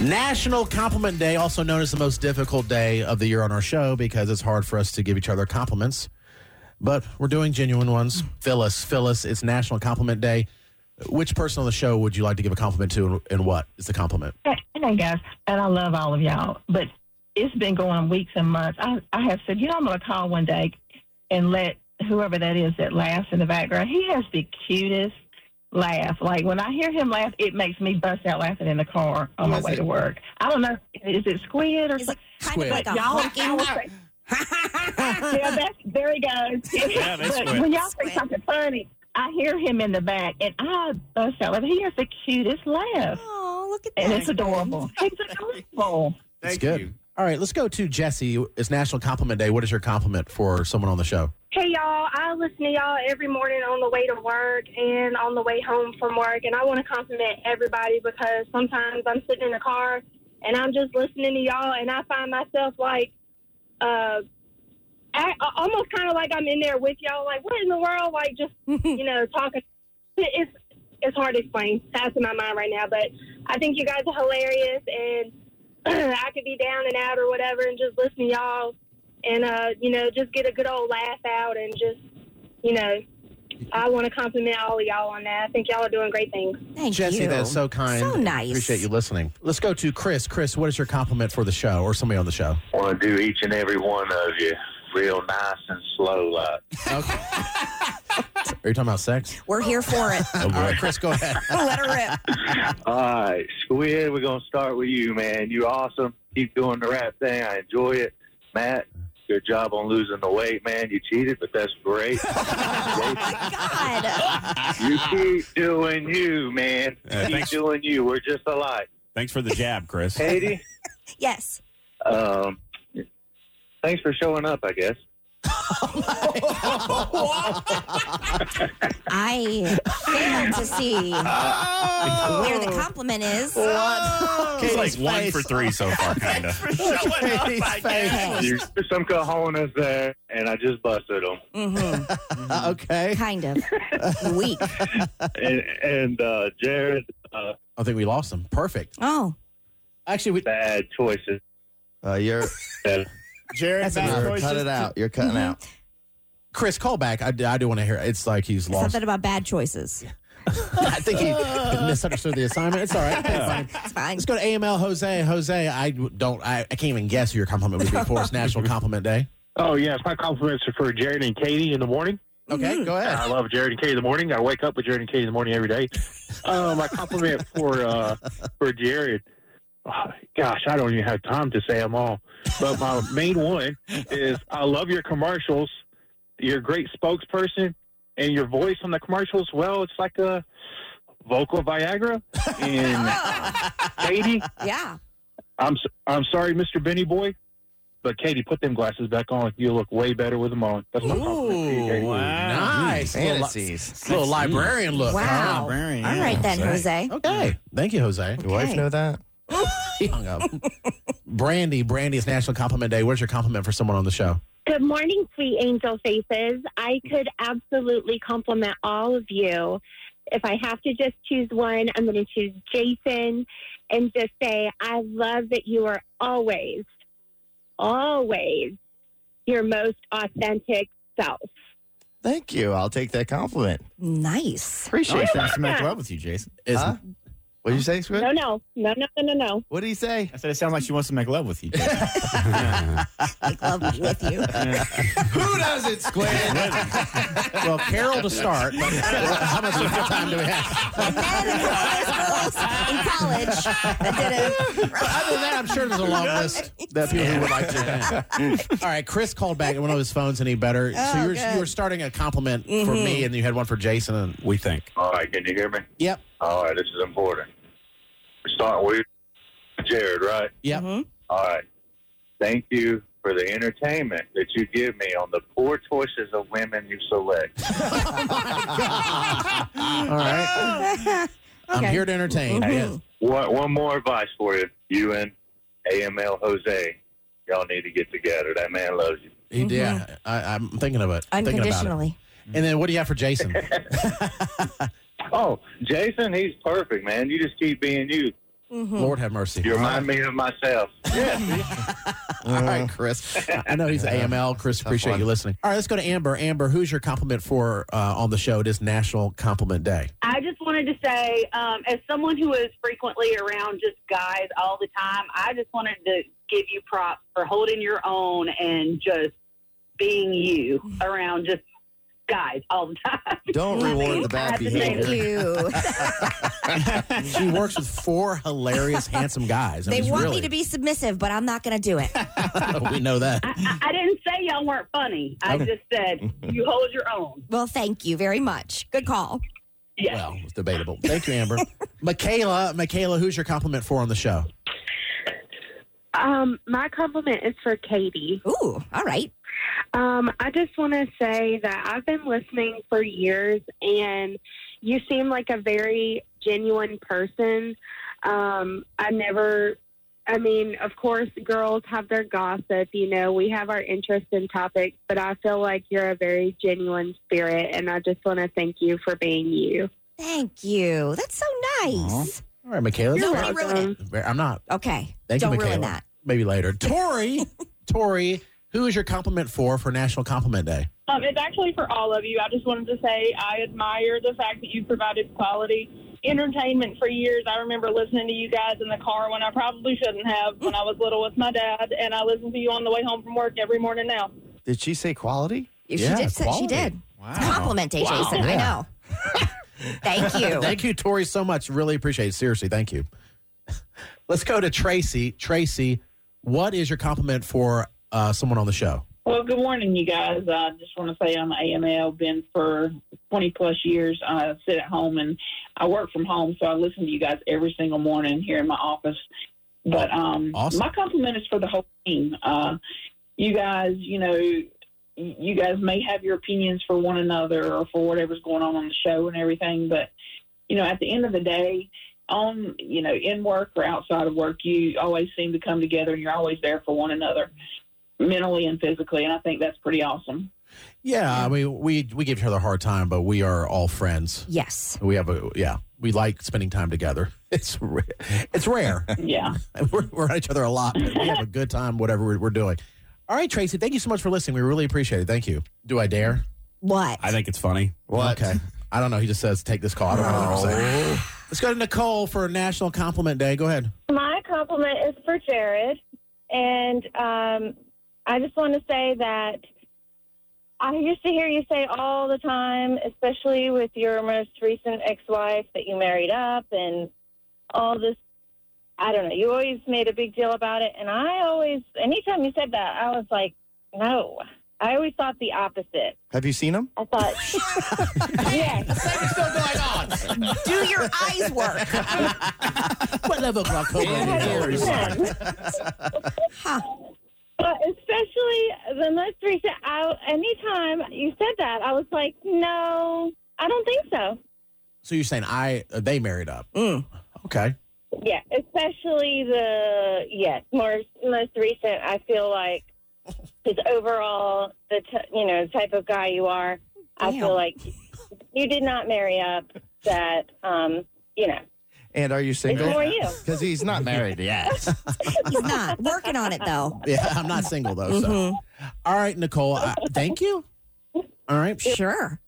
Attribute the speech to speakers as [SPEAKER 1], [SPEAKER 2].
[SPEAKER 1] National Compliment Day, also known as the most difficult day of the year on our show because it's hard for us to give each other compliments, but we're doing genuine ones. Phyllis, Phyllis, it's National Compliment Day. Which person on the show would you like to give a compliment to, and- and what is the compliment?
[SPEAKER 2] And I guess, and I love all of y'all, but it's been going on weeks and months. I, I have said, you know, I'm going to call one day and let whoever that is that laughs in the background, he has the cutest laugh. Like when I hear him laugh, it makes me bust out laughing in the car on my
[SPEAKER 3] Is
[SPEAKER 2] way
[SPEAKER 3] it-
[SPEAKER 2] to work. I don't know. Is it squid or
[SPEAKER 4] Is it
[SPEAKER 2] something?
[SPEAKER 4] kind
[SPEAKER 1] Squid.
[SPEAKER 4] of like a
[SPEAKER 2] Y'all-
[SPEAKER 4] honking?
[SPEAKER 2] y'all say- yeah, that's, there he goes.
[SPEAKER 5] Yeah, that's
[SPEAKER 2] but
[SPEAKER 5] squid.
[SPEAKER 2] when y'all say
[SPEAKER 4] Squid.
[SPEAKER 2] something funny, I hear him in the back and I bust out laughing. He has the cutest laugh.
[SPEAKER 4] Oh, look at that.
[SPEAKER 2] And it's adorable. It's adorable.
[SPEAKER 1] That's good. All right, let's go to Jesse. It's National Compliment Day. What is your compliment for someone on the show?
[SPEAKER 6] Hey y'all, I listen to y'all every morning on the way to work and on the way home from work and I want to compliment everybody because sometimes I'm sitting in the car and I'm just listening to y'all and I find myself like uh I, a- almost kind of like I'm in there with y'all like what in the world like just you know talking it- it's it's hard to explain passing my mind right now but I think you guys are hilarious and I could be down and out or whatever and just listen to y'all and uh, you know, just get a good old laugh out and just, you know, I want to compliment all of y'all on that. I think y'all are doing great things.
[SPEAKER 4] Thank
[SPEAKER 1] Jesse,
[SPEAKER 4] you.
[SPEAKER 1] that's so kind.
[SPEAKER 4] So nice.
[SPEAKER 1] Appreciate you listening. Let's go to Chris. Chris, what is your compliment for the show or somebody on the show?
[SPEAKER 7] want to do each and every one of you real nice and slow like.
[SPEAKER 1] Okay. Are you talking about sex?
[SPEAKER 4] We're here for it.
[SPEAKER 1] All right, Chris, go ahead.
[SPEAKER 4] Let her rip.
[SPEAKER 7] All right, Squid, we're going to start with you, man. You're awesome. Keep doing the right thing. I enjoy it. Matt, good job on losing the weight, man. You cheated, but that's great.
[SPEAKER 4] Oh my God.
[SPEAKER 7] you keep doing you, man.
[SPEAKER 5] Yeah,
[SPEAKER 7] keep
[SPEAKER 5] thanks.
[SPEAKER 7] doing you. We're just alike.
[SPEAKER 5] Thanks for the jab, Chris.
[SPEAKER 7] Katie,
[SPEAKER 4] Yes.
[SPEAKER 7] um, thanks for showing up, I guess.
[SPEAKER 4] I failed to see where the compliment is.
[SPEAKER 5] He's like
[SPEAKER 1] Oh. Katie's
[SPEAKER 5] one
[SPEAKER 1] face.
[SPEAKER 5] for three so far, kind of.
[SPEAKER 1] Katie's face.
[SPEAKER 4] Okay.
[SPEAKER 7] There's some cojones there, and I just busted them.
[SPEAKER 4] hmm
[SPEAKER 1] Uh, okay.
[SPEAKER 4] Kind of. Weak.
[SPEAKER 7] and and uh, Jared, uh,
[SPEAKER 1] I think we lost him. Perfect.
[SPEAKER 4] Oh.
[SPEAKER 1] Actually, we.
[SPEAKER 7] bad choices.
[SPEAKER 3] Uh, you're,
[SPEAKER 7] That
[SPEAKER 5] Jared,
[SPEAKER 3] you're cut it out. You're cutting
[SPEAKER 4] Mhm.
[SPEAKER 3] out.
[SPEAKER 1] Chris, call back. I, I do want to hear. It's like he's
[SPEAKER 4] It's
[SPEAKER 1] lost.
[SPEAKER 4] something about bad choices.
[SPEAKER 1] I think he misunderstood the assignment. It's all right. It's fine.
[SPEAKER 4] It's fine.
[SPEAKER 1] Let's go to AML Jose. Jose, I don't. I, I can't even guess who your compliment would be for. It's National Compliment Day.
[SPEAKER 8] Oh yes, my compliments are for Jared and Katie in the morning.
[SPEAKER 1] Okay,
[SPEAKER 4] Mm-hmm.
[SPEAKER 1] go ahead.
[SPEAKER 5] Uh,
[SPEAKER 8] I love Jared and Katie in the morning. I wake up with Jared and Katie in the morning every day. Uh, my compliment for uh, for Jared. Oh, gosh, I don't even have time to say them all, but my main one is I love your commercials. You're a great spokesperson, and your voice on the commercials. Well, it's like a vocal Viagra. And Katie,
[SPEAKER 4] Oh, Yeah.
[SPEAKER 8] I'm s- I'm sorry, Mr. Benny Boy, but Katie, put them glasses back on. You look way better with them on. That's my compliment to you, Katie.
[SPEAKER 1] Ooh, nice. Little, li-
[SPEAKER 3] Fantasies. Oh,
[SPEAKER 1] little librarian look. huh?
[SPEAKER 4] Wow. All
[SPEAKER 3] Librarian, yeah.
[SPEAKER 4] right then, Jose.
[SPEAKER 1] Okay. Thank you, Jose.
[SPEAKER 3] Your wife
[SPEAKER 4] Okay.
[SPEAKER 3] know that?
[SPEAKER 1] He hung up. Brandy, Brandy, it's National Compliment Day. What's your compliment for someone on the show?
[SPEAKER 6] Good morning, sweet angel faces. I could absolutely compliment all of you. If I have to just choose one, I'm going to choose Jason and just say, I love that you are always, always your most authentic self.
[SPEAKER 3] Thank you. I'll take that compliment.
[SPEAKER 4] Nice.
[SPEAKER 3] Appreciate it. Nice to make love with you, Jason.
[SPEAKER 1] Is-
[SPEAKER 3] Huh? What did you say, Squid?
[SPEAKER 6] No, no, no, no, no, no, no.
[SPEAKER 3] What did he say?
[SPEAKER 9] I said it sounds like she wants to make love with you. Jason.
[SPEAKER 4] Make love with you.
[SPEAKER 3] Who does it, Squid?
[SPEAKER 1] Well, Carol to start. But how much time do we have?
[SPEAKER 4] The men and the girls in college that did it.
[SPEAKER 1] But other than that, I'm sure there's a long list that people who would like to. All right, Chris called back and one of his phones any better. so
[SPEAKER 4] Oh,
[SPEAKER 1] you were,
[SPEAKER 4] good.
[SPEAKER 1] you were starting a compliment for
[SPEAKER 4] Mhm.
[SPEAKER 1] me, and you had one for Jason. And
[SPEAKER 5] We think.
[SPEAKER 7] All right, can you hear me?
[SPEAKER 1] yep,
[SPEAKER 7] All right, this is important. We're starting with Jared, right?
[SPEAKER 1] yep.
[SPEAKER 4] Mhm.
[SPEAKER 7] All right. Thank you for the entertainment that you give me on the poor choices of women you select.
[SPEAKER 1] All right,
[SPEAKER 4] okay.
[SPEAKER 1] I'm here to entertain.
[SPEAKER 4] Mhm.
[SPEAKER 1] Yes.
[SPEAKER 7] One, one more advice for you. You and AML Jose, y'all need to get together. That man loves you.
[SPEAKER 1] He did.
[SPEAKER 4] Mm-hmm.
[SPEAKER 1] I, I'm thinking of it. I'm thinking about it.
[SPEAKER 4] Unconditionally.
[SPEAKER 1] And then what do you have for Jason?
[SPEAKER 7] Oh, Jason, he's perfect, man. You just keep being you.
[SPEAKER 4] Mm-hmm.
[SPEAKER 1] Lord have mercy.
[SPEAKER 7] You remind me of myself.
[SPEAKER 1] All right, Chris. I know he's AML. Chris, appreciate you listening. All right, let's go to Amber. Amber, who's your compliment for uh, on the show? It is National Compliment Day.
[SPEAKER 10] I just wanted to say, um, as someone who is frequently around just guys all the time, I just wanted to give you props for holding your own and just being you around just guys all the time.
[SPEAKER 3] Don't reward the bad behavior.
[SPEAKER 4] you.
[SPEAKER 1] she works with four hilarious, handsome guys. I
[SPEAKER 4] They
[SPEAKER 1] mean,
[SPEAKER 4] want
[SPEAKER 1] really,
[SPEAKER 4] me to be submissive, but I'm not going to do it.
[SPEAKER 1] we know that.
[SPEAKER 10] I, I didn't say y'all weren't funny. I
[SPEAKER 1] Okay.
[SPEAKER 10] just said you hold your own.
[SPEAKER 4] Well, thank you very much. Good call.
[SPEAKER 10] Yes.
[SPEAKER 1] Well, it's debatable. Thank you, Amber. Michaela, Michaela, who's your compliment for on the show?
[SPEAKER 11] Um, my compliment is for Katie.
[SPEAKER 4] Ooh, all right.
[SPEAKER 11] Um, I just want to say that I've been listening for years, and you seem like a very genuine person. Um, I never, I mean, of course, girls have their gossip. You know, we have our interests and topics, but I feel like you're a very genuine spirit, and I just want to thank you for being you.
[SPEAKER 4] Thank you. That's so nice.
[SPEAKER 1] All right, Michaela.
[SPEAKER 4] Don't
[SPEAKER 1] it's-
[SPEAKER 4] ruin
[SPEAKER 11] Um,
[SPEAKER 4] it.
[SPEAKER 1] I'm not.
[SPEAKER 4] Okay.
[SPEAKER 1] Thank
[SPEAKER 4] Don't
[SPEAKER 1] you,
[SPEAKER 4] ruin
[SPEAKER 1] Michaela.
[SPEAKER 4] that.
[SPEAKER 1] Maybe later. Tori, Tori, who is your compliment for for National Compliment Day?
[SPEAKER 12] Um, it's actually for all of you. I just wanted to say I admire the fact that you provided quality entertainment for years. I remember listening to you guys in the car when I probably shouldn't have when I was little with my dad, and I listen to you on the way home from work every morning now.
[SPEAKER 3] Did she say quality?
[SPEAKER 4] She did say- she did. It's a compliment, eh, Jason. I know. Thank you.
[SPEAKER 1] thank you, Tori, so much. Really appreciate it. Seriously, thank you. Let's go to Tracy. Tracy, what is your compliment for uh, someone on the show?
[SPEAKER 12] Well, good morning, you guys. I just want to say I'm AML, been for 20 plus years. I sit at home and I work from home, so I listen to you guys every single morning here in my office. But um,
[SPEAKER 13] Awesome.
[SPEAKER 12] my compliment is for the whole team. Uh, you guys, you know, y- you guys may have your opinions for one another or for whatever's going on on the show and everything, but you know, at the end of the day, on you know, in work or outside of work, you always seem to come together and you're always there for one another mentally and physically, and I think that's pretty awesome.
[SPEAKER 1] Yeah, I mean, we we give each other a hard time, but we are all friends.
[SPEAKER 4] Yes.
[SPEAKER 1] We have a yeah. We like spending time together. It's ra- it's rare.
[SPEAKER 12] yeah,
[SPEAKER 1] we're, we're at each other a lot. but We have a good time, whatever we're, we're doing. All right, Tracy, thank you so much for listening. We really appreciate it. Thank you. Do I dare?
[SPEAKER 4] What?
[SPEAKER 1] I think it's funny. What? Okay. I don't know. He just says take this call. I don't know what I'm saying. Let's go to Nicole for National Compliment Day. Go ahead.
[SPEAKER 14] My compliment is for Jared, and um, I just want to say that I used to hear you say all the time, especially with your most recent ex-wife that you married up and all this. I don't know. You always made a big deal about it, and I always, anytime you said that, I was like, no. I always thought the opposite.
[SPEAKER 3] Have you seen him?
[SPEAKER 14] I thought, yes.
[SPEAKER 4] Do your eyes work?
[SPEAKER 1] what level glaucoma
[SPEAKER 14] is But especially the most recent, I, anytime you said that, I was like, no, I don't think so.
[SPEAKER 1] So you're saying I uh, they married up?
[SPEAKER 3] Mm.
[SPEAKER 1] Okay.
[SPEAKER 14] Yeah, especially the, yes, more, most recent, I feel like, because overall, the, t- you know, type of guy you are, I
[SPEAKER 3] Damn.
[SPEAKER 14] feel like you did not marry up that, um, you know,
[SPEAKER 3] And are you single?
[SPEAKER 14] more you.
[SPEAKER 3] Because he's not married yet.
[SPEAKER 4] He's not working on it though. Mm-hmm.
[SPEAKER 1] Yeah,
[SPEAKER 3] Mm-hmm.
[SPEAKER 1] I'm not single though. So. All right, Nicole. I, thank you. All right.
[SPEAKER 4] Sure.